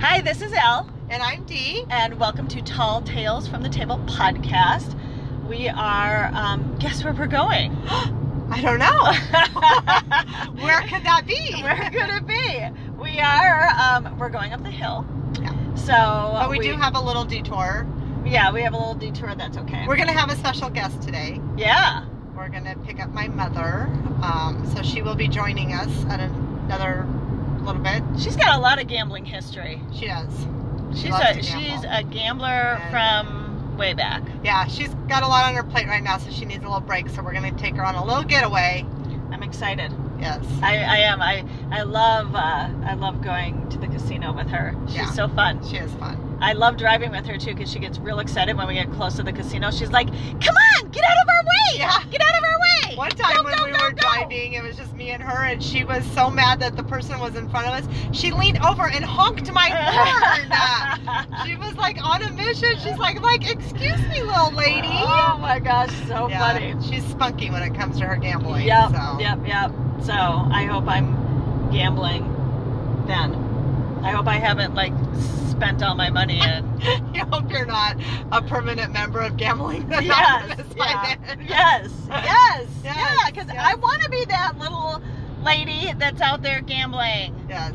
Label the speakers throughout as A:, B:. A: Hi, this is Elle,
B: And I'm Dee.
A: and welcome to Tall Tales from the Table podcast. We are, um, guess where we're going?
B: I don't know. Where could that be?
A: Where could it be? We are, um, we're going up the hill.
B: Yeah.
A: So,
B: But we, do have a little detour.
A: yeah, we have a little detour. That's okay.
B: We're going to have a special guest today.
A: yeah,
B: We're going to pick up my mother. Um, so she will be joining us at another little bit.
A: she's got a lot of gambling history.
B: She does. She
A: She's
B: loves
A: a
B: to gamble.
A: she's a gambler
B: And-
A: from way back.
B: Yeah, she's got a lot on her plate right now, so she needs a little break. So we're going to take her on a little getaway.
A: I'm excited.
B: Yes.
A: I, I am. I I love uh, I love going to the casino with her. She's
B: Yeah.
A: so fun.
B: She is fun.
A: I love driving with her too because she gets real excited when we get close to the casino. She's like, "Come on, get out of our way!
B: Yeah.
A: Get out of our way!"
B: One time
A: Go,
B: when
A: go,
B: we
A: go,
B: were
A: go.
B: driving, it was just me and her, and she was so mad that the person was in front of us. She leaned over and honked my horn. She was like on a mission. She's like, like, excuse me, little lady.
A: Oh my gosh, so
B: Yeah,
A: funny.
B: She's spunky when it comes to her gambling.
A: Yep,
B: so.
A: yep, yep. So I hope I'm gambling then. I hope I haven't like spent all my money in.
B: you hope you're not a permanent member of gambling.
A: yes,
B: Anonymous by
A: yeah.
B: then.
A: yes, yes,
B: Yes,
A: yeah. Because
B: yes.
A: I want to be that little lady that's out there gambling.
B: Yes.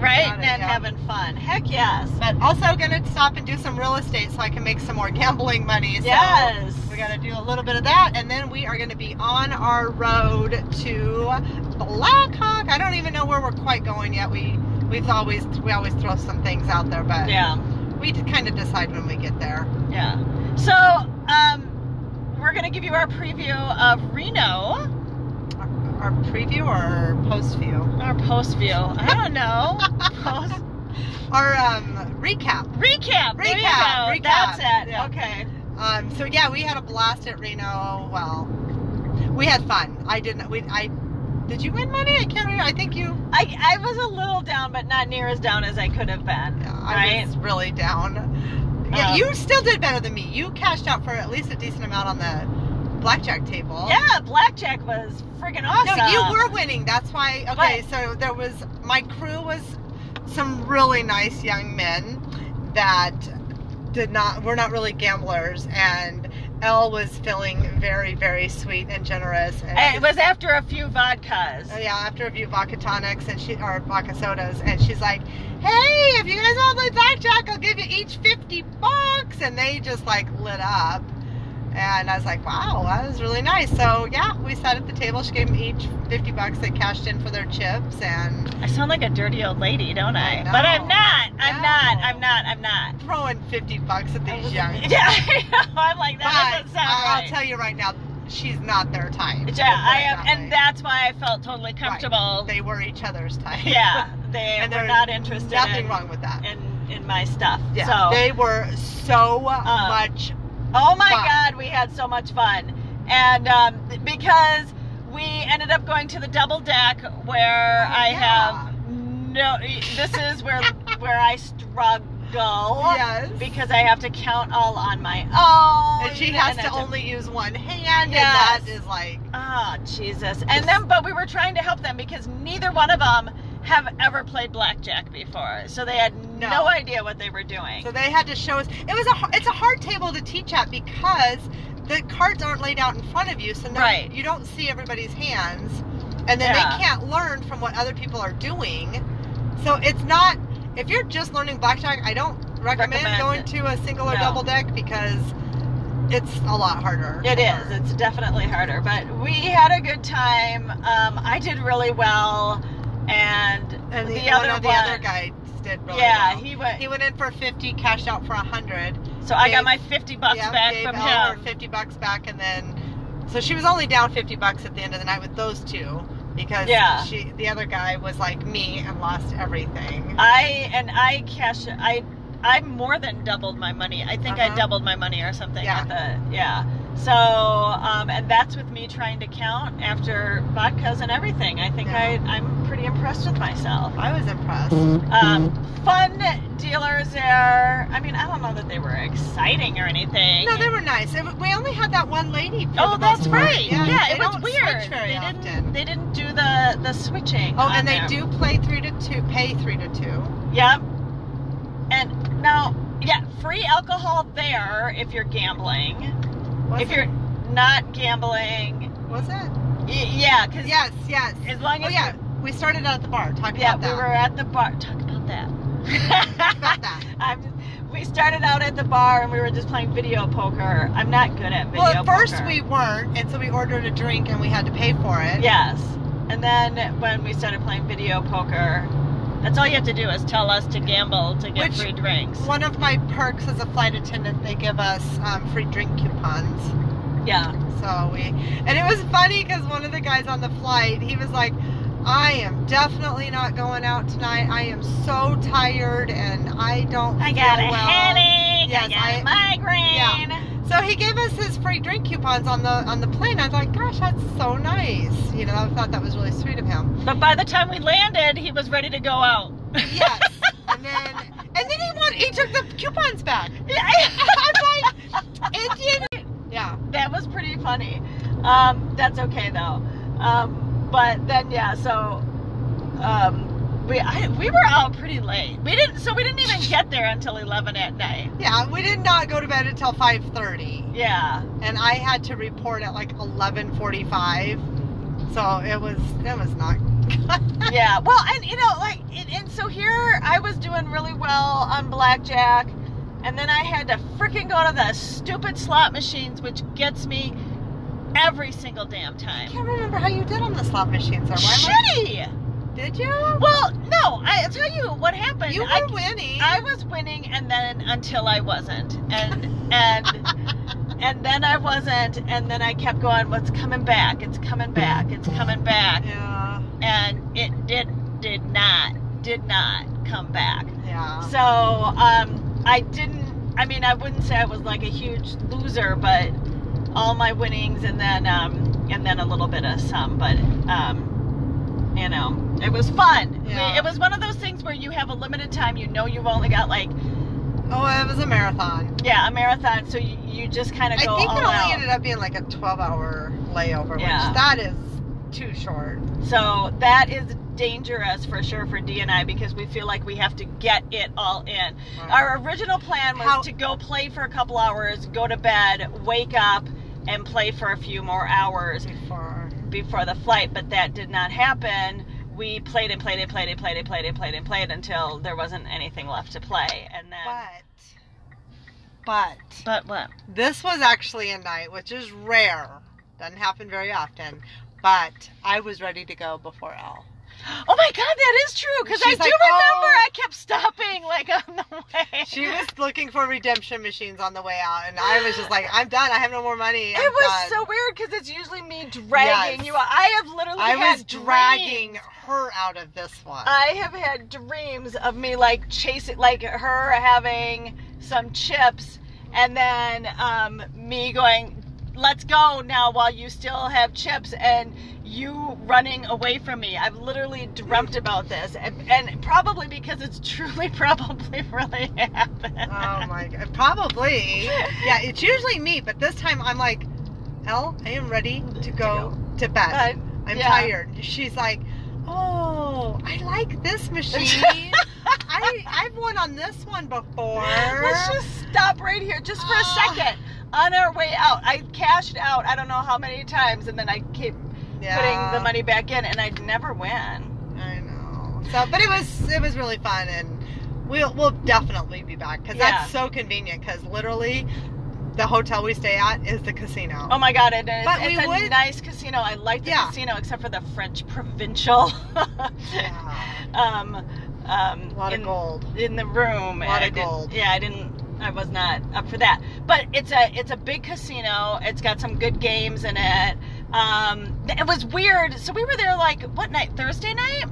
A: right?
B: Got it,
A: and
B: yeah.
A: having fun. Heck yes.
B: But also gonna stop and do some real estate so I can make some more gambling money. So
A: yes.
B: We gotta do a little bit of that, and then we are gonna be on our road to Blackhawk. I don't even know where we're quite going yet. We we've always we always throw some things out there, but
A: Yeah.
B: we kind of decide when we get there.
A: Yeah. So, um, we're gonna give you our preview of Reno,
B: Our preview or post view?
A: our post view. I don't know. Post
B: Our um, recap.
A: recap. There you
B: Recap,
A: go.
B: recap.
A: That's it.
B: Yeah.
A: Okay.
B: Um, so yeah, we had a blast at Reno. Well, we had fun. I didn't. We I did you win money? I can't remember. I think you.
A: I I was a little down, but not near as down as I could have been.
B: Yeah, I
A: Right.
B: was really down. Yeah,
A: Um,
B: you still did better than me. You cashed out for at least a decent amount on the blackjack table.
A: Yeah, blackjack was freaking
B: No,
A: awesome.
B: you were winning. That's why. Okay, so there was my crew was some really nice young men that did not were not really gamblers, and Elle was feeling very very sweet and generous. And
A: And it was after a few vodkas.
B: Oh, yeah, after a few vodka tonics and she or vodka sodas, and she's like, "Hey, if you guys all play blackjack, I'll give you each fifty bucks." And they just like lit up, and I was like, "Wow, that was really nice." So yeah, we sat at the table. She gave them each fifty bucks. They cashed in for their chips, and
A: I sound like a dirty old lady, don't I?
B: I know.
A: but I'm not. I'm not.
B: No.
A: I'm not. I'm not.
B: throwing fifty bucks at
A: I
B: these
A: was-
B: young.
A: Yeah, I know. I'm like
B: but
A: that doesn't sound
B: I'll
A: right.
B: tell you right now, she's not their type. Let's put it
A: yeah, I am,
B: that way.
A: and that's why I felt totally comfortable.
B: they were each other's type.
A: yeah, they
B: and
A: were
B: there's
A: not interested.
B: Nothing
A: in,
B: wrong with that.
A: in in my stuff.
B: Yeah,
A: So, Uh,
B: they were so much.
A: oh my
B: fun.
A: god, we had so much fun, and um, because we ended up going to the double deck where I
B: Oh, Yeah.
A: have no. This is where where I struggle.
B: yes,
A: Because I have to count all on my own.
B: and she has
A: and
B: to
A: it's a
B: only use one hand, and
A: Yes.
B: that is like
A: Ah, Jesus. And then, but we were trying to help them because neither one of them have ever played blackjack before. So they had no,
B: No.
A: idea what they were doing.
B: so. They had to show us. It was a. har- It's a hard table to teach at because the cards aren't laid out in front of you, so no,
A: Right.
B: you don't see everybody's hands, and then
A: Yeah.
B: they can't learn from what other people are doing. So it's not. If you're just learning blackjack, I don't recommend,
A: Recommend.
B: going to a single or
A: No.
B: double deck because it's a lot harder.
A: It is. It's definitely harder. But we had a good time. Um, I did really well. And,
B: And the,
A: the
B: one
A: other
B: of the
A: one-
B: other guy did really
A: yeah,
B: well.
A: he went.
B: He went in for 50, cashed out for 100.
A: so I got
B: gave-
A: my 50 bucks
B: Yeah,
A: back
B: gave
A: from
B: Elle
A: him.
B: her 50 bucks back and then so she was only down 50 bucks at the end of the night with those two because
A: Yeah.
B: she the other guy was like me and lost
A: Uh,
B: everything.
A: I, and I cash, I, I more than doubled my money. I think I
B: Uh-huh.
A: doubled my money or something
B: Yeah.
A: at the, yeah. So, um, and that's with me trying to count after vodkas and everything. I think
B: Yeah.
A: I, I'm pretty impressed with myself.
B: I was impressed.
A: Um, fun dealers there. I mean, I don't know that they were exciting or anything.
B: No, they were nice. It, we only had that one lady. For
A: Oh,
B: the
A: that's
B: most part.
A: right. Yeah,
B: they
A: it was
B: don't
A: weird.
B: switch Very
A: they
B: often.
A: didn't. They didn't do the the switching.
B: Oh,
A: on
B: and they
A: there.
B: do play three to two, pay three to two.
A: Yep. And now, yeah, free alcohol there if you're gambling.
B: Was
A: if
B: it?
A: you're not gambling,
B: was it?
A: y- yeah, because
B: Yes, yes.
A: as long
B: Oh
A: as
B: yeah, we started out at the bar. Talk
A: yeah,
B: about
A: we
B: that.
A: were at the bar. Talk about that.
B: about that.
A: I'm, we started out at the bar and we were just playing video poker. I'm not good at video
B: Well, at first
A: poker.
B: we weren't, and so we ordered a drink and we had to pay for it.
A: Yes. And then when we started playing video poker, that's all you have to do is tell us to gamble to get
B: Which-
A: free drinks.
B: One of my perks as a flight attendant, they give us um, free drink coupons.
A: Yeah.
B: So we, and it was funny because one of the guys on the flight, he was like, I am definitely not going out tonight. I am so tired and I don't
A: I got
B: feel
A: a
B: well.
A: headache. I
B: Yes,
A: got a
B: I-
A: migraine.
B: So he gave us his free drink coupons on the on the plane. I thought, gosh, that's so nice. You know, I thought that was really sweet of him.
A: But by the time we landed, he was ready to go out.
B: Yes. and then and then he won he took the coupons back.
A: Yeah.
B: Indian Yeah.
A: that was pretty funny. Um, that's okay though. Um, but then yeah, so um, we I, we were out pretty late. We didn't so we didn't even get there until eleven at night.
B: Yeah, we did not go to bed until five thirty.
A: Yeah.
B: and I had to report at like 11:45. So it was that was not good.
A: yeah. Well, and you know, like, and, and so here I was doing really well on blackjack, and then I had to freaking go to the stupid slot machines, which gets me every single damn
B: I
A: time.
B: can't remember how you did on the slot machines. Or why
A: Shitty.
B: did you?
A: Well, no, I tell you what happened.
B: you were
A: I,
B: winning.
A: I was winning, and then until I wasn't, and and. And then I wasn't, and then I kept going. What's coming back? It's coming back. It's coming back,
B: yeah,
A: and it did did not did not come back.
B: yeah.
A: So um, I didn't. I mean, I wouldn't say I was like a huge loser, but all my winnings and then um, and then a little bit of some. But um, you know, it was fun. We-
B: Yeah.
A: It was one of those things where you have a limited time. You know, you've only got like
B: oh, it was a marathon.
A: yeah a marathon, so you, you just kind
B: I
A: of
B: think it
A: go
B: only
A: all out.
B: ended up being like a 12-hour layover,
A: Yeah.
B: which that is too short.
A: So that is dangerous for sure for D and I because we feel like we have to get it all in. Our original plan was
B: How-
A: to go play for a couple hours, go to bed, wake up, and play for a few more hours
B: before.
A: before the flight, but that did not happen. We played and played and played and played and played and played and played until there wasn't anything left to play. And then.
B: But but
A: But what?
B: This was actually a night, which is rare, doesn't happen very often, but I was ready to go before Elle.
A: Oh my God, that is true. Because I
B: She's
A: do
B: like,
A: remember
B: "Oh."
A: I kept stopping like on the way.
B: She was looking for redemption machines on the way out, and I was just like, I'm done. I have no more money. I'm
A: It was
B: done."
A: so weird because it's usually me dragging
B: Yes.
A: you. out. I have literally
B: I
A: had
B: was dragging
A: dreams.
B: her out of this one.
A: I have had dreams of me like chasing, like her having some chips, and then um, me going, "Let's go now," while you still have chips, and you running away from me. I've literally dreamt about this, and, and probably because it's truly, probably, really happened.
B: oh my god. Probably. Yeah, it's usually me, but this time I'm like, Elle, I am ready to go to bed.
A: But
B: I'm
A: yeah.
B: tired. She's like, Oh, I like this machine. I I've won on this one before.
A: Let's just stop right here, just for a
B: Ah.
A: second. On our way out, I cashed out. I don't know how many times, and then I keep putting the money back in, and I'd never win.
B: I know. So, but it was it was really fun, and we'll we'll definitely be back because that's so convenient. Because literally, the hotel we stay at is the casino.
A: Oh my god! And it's,
B: But
A: it's
B: we
A: a
B: would-
A: nice casino. I like the
B: Yeah.
A: casino, except for the French provincial.
B: Yeah.
A: um, um,
B: A lot
A: in,
B: of gold.
A: in the room.
B: Lot
A: I
B: of
A: didn't-
B: gold.
A: Yeah, I didn't. I was not up for that. But it's a it's a big casino. It's got some good games in it. Um, th- it was weird. So we were there like what night? Thursday night.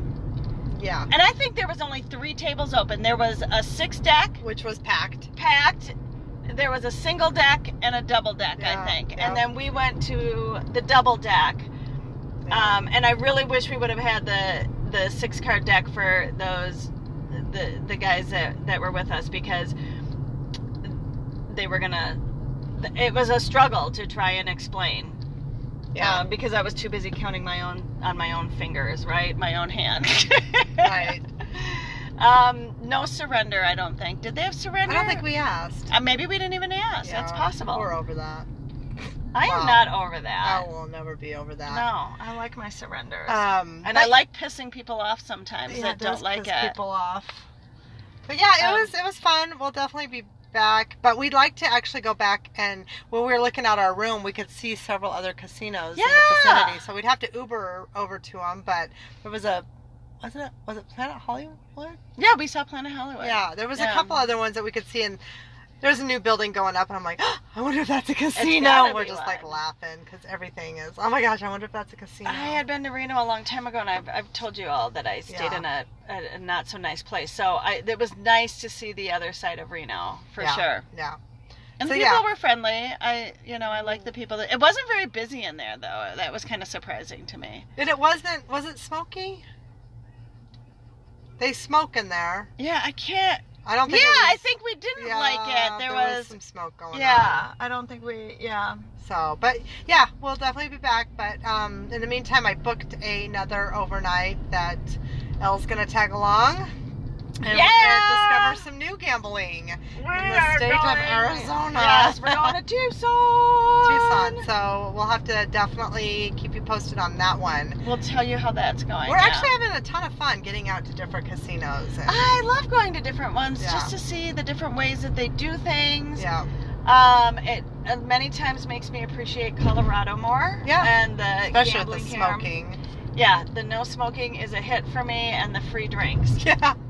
B: Yeah,
A: And I think there was only three tables open. There was a six deck
B: which was packed.
A: packed, there was a single deck and a double deck,
B: Yeah,
A: I think.
B: yeah.
A: And then we went to the double deck.
B: Yeah.
A: Um, and I really wish we would have had the the six card deck for those the the guys that that were with us because they were gonna. It was a struggle to try and explain.
B: yeah.
A: Um, because I was too busy counting my own on my own fingers, right? My own hand.
B: Right.
A: Um, no surrender, I don't think. Did they have
B: I
A: surrender?
B: don't think we asked.
A: Uh, maybe we didn't even ask. That's
B: Yeah,
A: possible. Uh,
B: We're over that.
A: I am
B: Wow.
A: not over
B: I
A: that.
B: will never be over that.
A: No, I like my surrenders.
B: Um,
A: and
B: but-
A: I like pissing people off sometimes
B: yeah,
A: that don't
B: does
A: like
B: piss
A: it.
B: people off. But yeah, it
A: Um,
B: was it was fun. We'll definitely be back, but we'd like to actually go back and when we were looking out our room, we could see several other casinos in the
A: Yeah.
B: vicinity. So we'd have to Uber over to them. But there was a wasn't it was it Planet Hollywood?
A: Yeah, we saw Planet Hollywood.
B: Yeah, there was a
A: Yeah.
B: couple other ones that we could see, and there's a new building going up, and I'm like, "Oh, I wonder if that's a
A: gotta
B: casino.
A: be
B: We're just like
A: one.
B: laughing because everything is. Oh my gosh, I wonder if that's a casino.
A: I had been to Reno a long time ago, and I've, I've told you all that I stayed
B: Yeah.
A: in a, a, a not so nice place. So I, it was nice to see the other side of Reno for
B: Yeah.
A: sure.
B: yeah,
A: And
B: So,
A: the people
B: yeah.
A: were friendly. I, you know, I like the people. That, it wasn't very busy in there though. That was kind of surprising to me.
B: and it wasn't. Was it smoky? They smoke in there.
A: Yeah, I can't.
B: I don't
A: Yeah,
B: think.
A: I
B: it was,
A: think we didn't
B: yeah,
A: like it. There, was.
B: some smoke going on.
A: yeah, I don't think we. Yeah.
B: So, but yeah, we'll definitely be back. But um, in the meantime, I booked another overnight that Elle's gonna tag along. And we're
A: Yeah!
B: gonna discover some new gambling.
A: We
B: are state of going- Arizona.
A: Yes, we're going to Tucson.
B: Tucson. So we'll have to definitely keep you posted on that one.
A: We'll tell you how that's going.
B: We're
A: yeah.
B: actually having a ton of fun getting out to different casinos. And,
A: I love going to different ones
B: Yeah.
A: just to see the different ways that they do things.
B: yeah,
A: Um, it uh, many times makes me appreciate Colorado more.
B: Yeah.
A: And the
B: especially
A: gambling
B: with the
A: here.
B: smoking.
A: Yeah, the no smoking is a hit for me, and the free drinks.
B: Yeah, bring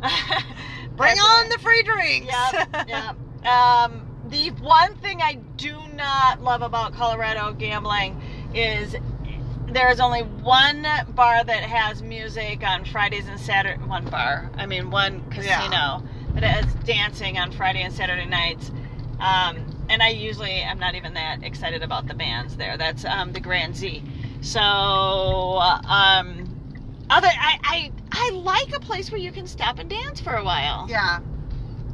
A: That's
B: on
A: it.
B: the free drinks.
A: Yep, yep. Um, the one thing I do not love about Colorado gambling is there is only one bar that has music on Fridays and Saturday. One bar, I mean, one casino that has dancing on Friday and Saturday nights. Um, and I usually am not even that excited about the bands there. That's um, the Grand Z. So, um, other I, I I like a place where you can stop and dance for a while.
B: yeah,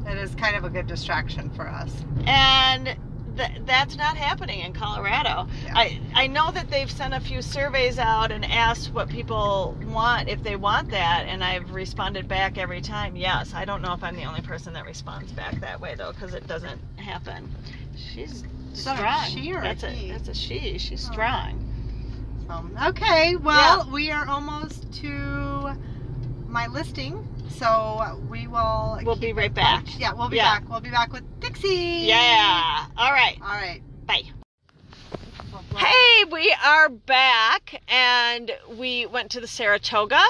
B: it is kind of a good distraction for us.
A: and th- that's not happening in Colorado.
B: Yeah.
A: I I know that they've sent a few surveys out and asked what people want if they want that, and I've responded back every time yes. I don't know if I'm the only person that responds back that way though, because it doesn't happen. She's
B: Is that
A: strong.
B: a she or a
A: that's
B: he?
A: a that's a she. She's
B: Oh.
A: strong.
B: Um, okay, well, we are almost to my listing, so we will.
A: We'll be right back.
B: Yeah, we'll be
A: Yeah.
B: back. We'll be back with Dixie.
A: Yeah. All right.
B: All right.
A: Bye. Hey, we are back, and we went to the Saratoga,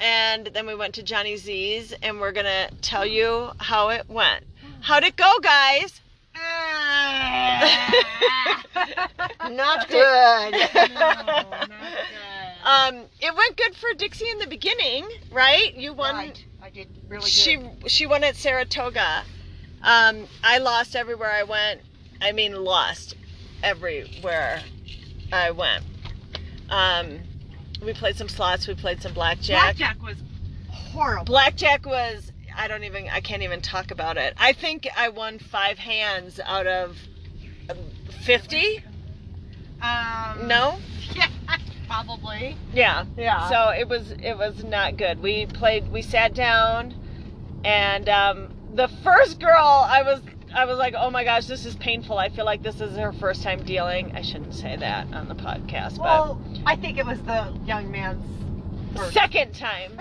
A: and then we went to Johnny Z's, and we're gonna tell you how it went. How'd it go, guys?
B: not good. Uh,
A: Um, it went good for Dixie in the beginning, right? You won.
B: I did really good.
A: She she won at Saratoga. Um, I lost everywhere I went. I mean, lost everywhere I went. Um, we played some slots. We played some blackjack.
B: Blackjack was horrible.
A: Blackjack was I don't even I can't even talk about it. I think I won five hands out of fifty.
B: Um,
A: No.
B: Yeah, probably.
A: Yeah.
B: Yeah.
A: So it was it was not good. We played. We sat down, and um, the first girl, I was I was like, oh my gosh, this is painful. I feel like this is her first time dealing. I shouldn't say that on the podcast, but
B: well, I think it was the young man's. first-
A: second time.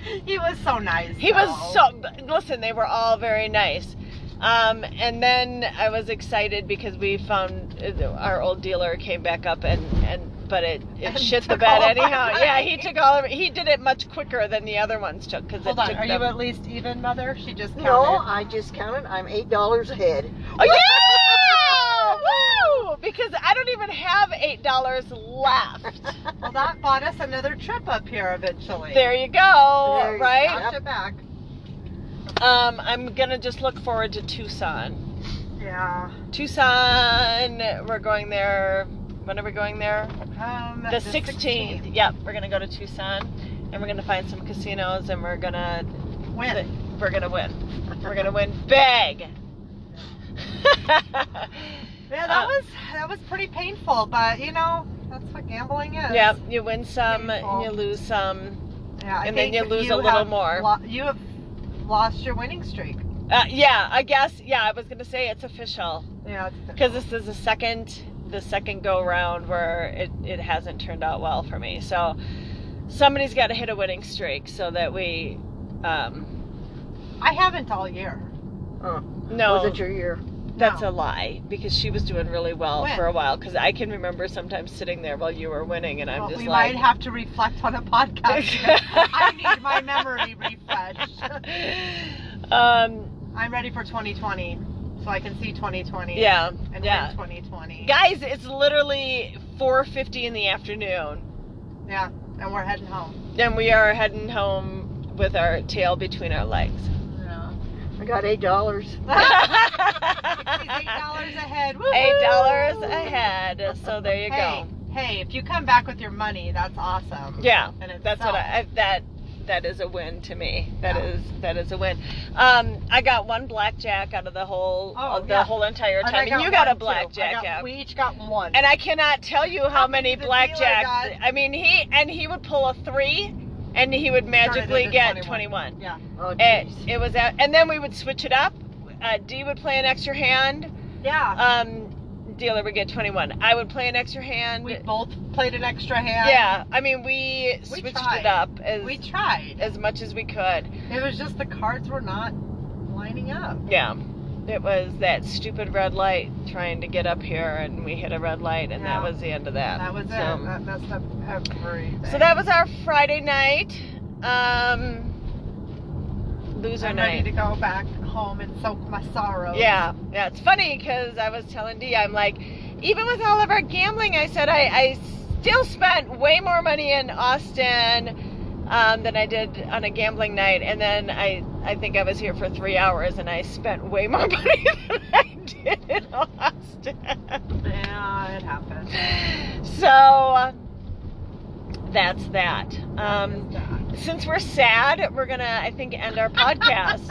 B: he was so nice.
A: He was
B: though.
A: so. Listen, they were all very nice. Um, and then I was excited because we found uh, our old dealer came back up and, and but it,
B: And
A: it shit the
B: took all
A: bed
B: of my
A: anyhow. Yeah, he
B: money.
A: took all of it. He did it much quicker than the other ones took because it
B: Hold on,
A: took
B: are
A: them.
B: you at least even, Mother? She just counted.
C: No, I just counted. I'm eight dollars ahead.
A: Oh, yeah! Woo! Because I don't even have eight dollars left.
B: Well, that bought us another trip up here eventually.
A: There you go.
C: There you
A: right?
C: go.
B: Back to back.
A: Um, I'm gonna just look forward to Tucson.
B: Yeah.
A: Tucson. We're going there. When are we going there?
B: Um,
A: The 16th. Yep, we're gonna go to Tucson, and we're gonna find some casinos, and we're gonna
B: When?
A: we're gonna win. We're gonna win big.
B: Yeah, that
A: Uh,
B: was that was pretty painful, but you know that's what gambling is.
A: yep, you win some,
B: Painful.
A: you lose some.
B: Yeah, I
A: And then
B: think
A: you lose a
B: you
A: little
B: have
A: more.
B: lo- you have lost your winning streak.
A: Uh, yeah, I guess. Yeah, I was gonna say it's official
B: Yeah.
A: because this is the second the second go round where it, it hasn't turned out well for me. So somebody's got to hit a winning streak so that we. Um,
B: I haven't all year.
A: no,
C: Wasn't your year.
A: That's
B: No.
A: a lie because she was doing really well
B: When?
A: for a while. Because I can remember sometimes sitting there while you were winning, and I'm
B: Well,
A: just
B: we
A: like,
B: might have to reflect on a podcast. I need my memory refreshed.
A: um,
B: I'm ready for 2020, so I can see 2020.
A: yeah,
B: And
A: yeah.
B: win 2020.
A: Guys, it's literally 4:50 in the afternoon,
B: Yeah. And we're heading home.
A: and we are heading home with our tail between our legs.
B: Yeah.
C: I got eight dollars.
B: Eight dollars ahead. Woo-hoo!
A: Eight dollars ahead. So there you
B: Hey,
A: go.
B: hey, if you come back with your money, that's awesome.
A: Yeah.
B: And it's
A: That's what
B: self.
A: I, I that that is a win to me. That
B: Yeah.
A: is that is a win. Um, I got one blackjack out of the whole
B: Oh,
A: of the
B: yeah.
A: whole entire
B: And
A: time,
B: I
A: and, you got
B: one,
A: a
B: too.
A: blackjack
B: I got-
A: out.
B: We each got one.
A: and I cannot tell you how,
B: How
A: many
B: many the dealer
A: blackjack.
B: got.
A: I mean, he and he would pull a three, and he would
B: it
A: magically
B: at
A: get
B: 21.
A: 21.
B: yeah.
C: Oh,
A: It,
C: jeez.
A: it was, a, and then we would switch it up. Uh, D would play an extra hand.
B: Yeah.
A: Um, dealer would get 21. I would play an extra hand.
B: we both played an extra hand.
A: yeah, I mean, we
B: We
A: switched
B: tried.
A: it up as
B: We tried.
A: as much as we could.
B: It was just the cards were not lining up.
A: Yeah. It was that stupid red light trying to get up here, and we hit a red light, and
B: Yeah.
A: that was the end of that.
B: That was it.
A: So,
B: that messed up everything.
A: so that was our Friday night. Um, loser
B: I'm
A: night.
B: ready to go back home and soak my sorrows.
A: Yeah, yeah. It's funny because I was telling Dee, I'm like, even with all of our gambling, I said I, I still spent way more money in Austin um, than I did on a gambling night, and then I, I think I was here for three hours, and I spent way more money than I did in Austin.
B: Yeah, it happened.
A: So uh, that's that. Um,
B: Yeah.
A: since we're sad, we're gonna, I think, end our podcast.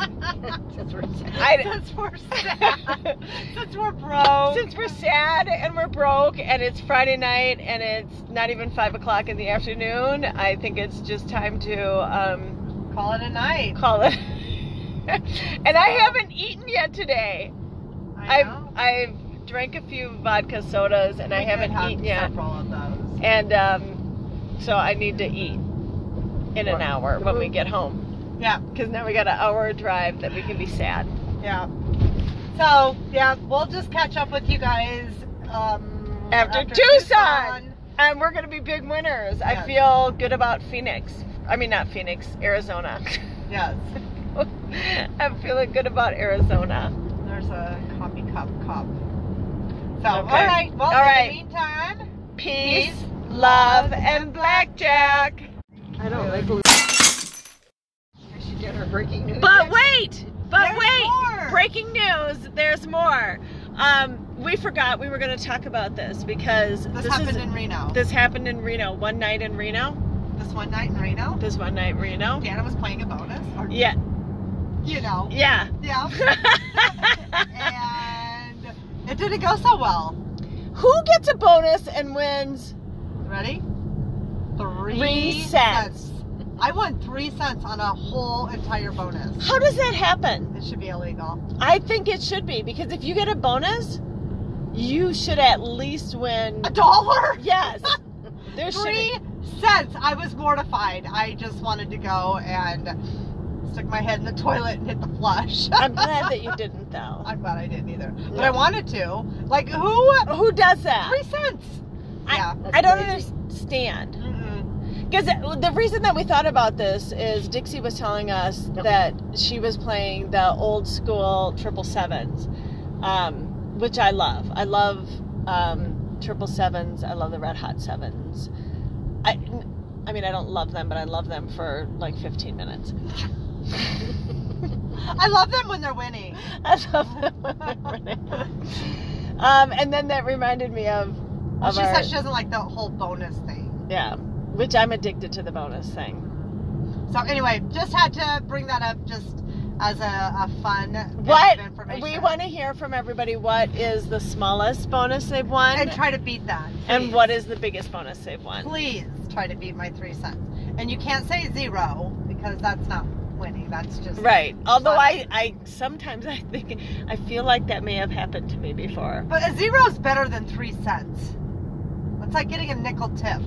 C: Since we're sad.
A: I-
B: Since we're sad. Since we're broke.
A: since we're sad and we're broke and it's Friday night and it's not even five o'clock in the afternoon, I think it's just time to um,
B: Call it a night.
A: call it. and I haven't eaten yet today.
B: I
A: I've
B: know.
A: I've drank a few vodka sodas and I
B: We did
A: haven't
B: have
A: eaten yet,
B: Several of those.
A: and um, so I need to eat in an
C: What?
A: hour when we get home
B: Yeah,
A: because now we got an hour drive that we can be sad.
B: yeah. So yeah, we'll just catch up with you guys um,
A: After Tucson. And we're gonna be big winners. I
B: Yes.
A: feel good about Phoenix. I mean, not Phoenix, Arizona.
B: Yes,
A: I'm feeling good about Arizona.
B: there's a coffee cup cup. So all
A: Okay.
B: right. Well,
A: All
B: in
A: right.
B: the meantime,
A: Peace, love, and blackjack.
C: I don't think Lou- she did her breaking news.
A: But wait, but
B: There's
A: wait.
B: more.
A: Breaking news. There's more. Um, we forgot we were gonna talk about this because
B: this,
A: this,
B: happened
A: is
B: in Reno. This,
A: this happened in Reno. One night in Reno.
B: one night in Reno,
A: This one night in Reno.
B: Dana was playing a bonus, or,
A: Yeah,
B: you know,
A: yeah.
B: yeah, and it didn't go so well.
A: Who gets a bonus and wins?
B: Ready? Three,
A: Three cents.
B: I won three cents on a whole entire bonus.
A: How does that happen?
B: It should be illegal.
A: I think it should be because if you get a bonus, you should at least win.
B: A dollar?
A: Yes. There should
B: Three cents. I was mortified. I just wanted to go and stick my head in the toilet and hit the flush.
A: I'm glad that you didn't though.
B: I'm glad I didn't either. But
A: No.
B: I wanted to. Like, who?
A: Who does that?
B: Three cents.
A: I-
B: yeah.
A: I don't
C: Crazy.
A: understand.
B: Mm-mm.
A: Because the reason that we thought about this is Dixie was telling us
C: Yep.
A: that she was playing the old school triple sevens, um, which I love. I love um, triple sevens. I love the red hot sevens. I, I mean, I don't love them, but I love them for like 15 minutes.
B: I love them when they're winning.
A: I love that one. um, and then that reminded me of, of
B: she
A: our-
B: said she doesn't like the whole bonus thing.
A: yeah, which I'm addicted to the bonus thing.
B: So anyway, just had to bring that up just as a, a fun bit of
A: What
B: information.
A: we want to hear from everybody: what is the smallest bonus they've won,
B: and try to beat that.
A: and
B: please.
A: what is the biggest bonus they've won?
B: Please try to beat my three cents. And you can't say zero because that's not winning. That's just
A: Right. Although I,
B: Fun.
A: I sometimes I think I feel like that may have happened to me before.
B: But a zero is better than three cents. It's like getting a nickel tip.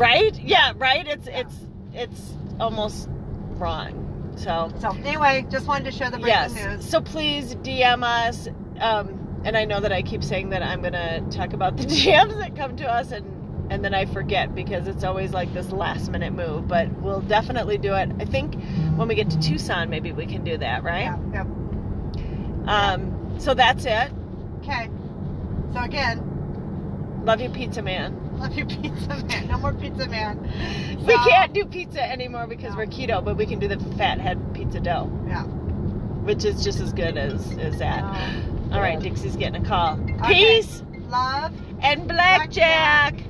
A: Right? Yeah. Right. It's
B: Yeah.
A: it's it's almost wrong. So
B: So anyway, just wanted to share the breaking
A: yes.
B: news.
A: So please DM us. Um, and I know that I keep saying that I'm gonna talk about the DMs that come to us, and and then I forget because it's always like this last minute move. But we'll definitely do it. I think when we get to Tucson, maybe we can do that. Right?
B: Yeah, yep.
A: Um. So that's it.
B: Okay. So again,
A: Love you, Pizza Man.
B: love you, Pizza Man. No more Pizza Man.
A: We
B: So-
A: can't do pizza anymore because
B: No.
A: we're keto, but we can do the fat head pizza dough,
B: Yeah.
A: which is just as good as as that.
B: No.
A: All right, Dixie's getting a call.
B: Okay.
A: Peace
B: Love.
A: and
B: Blackjack.
A: blackjack.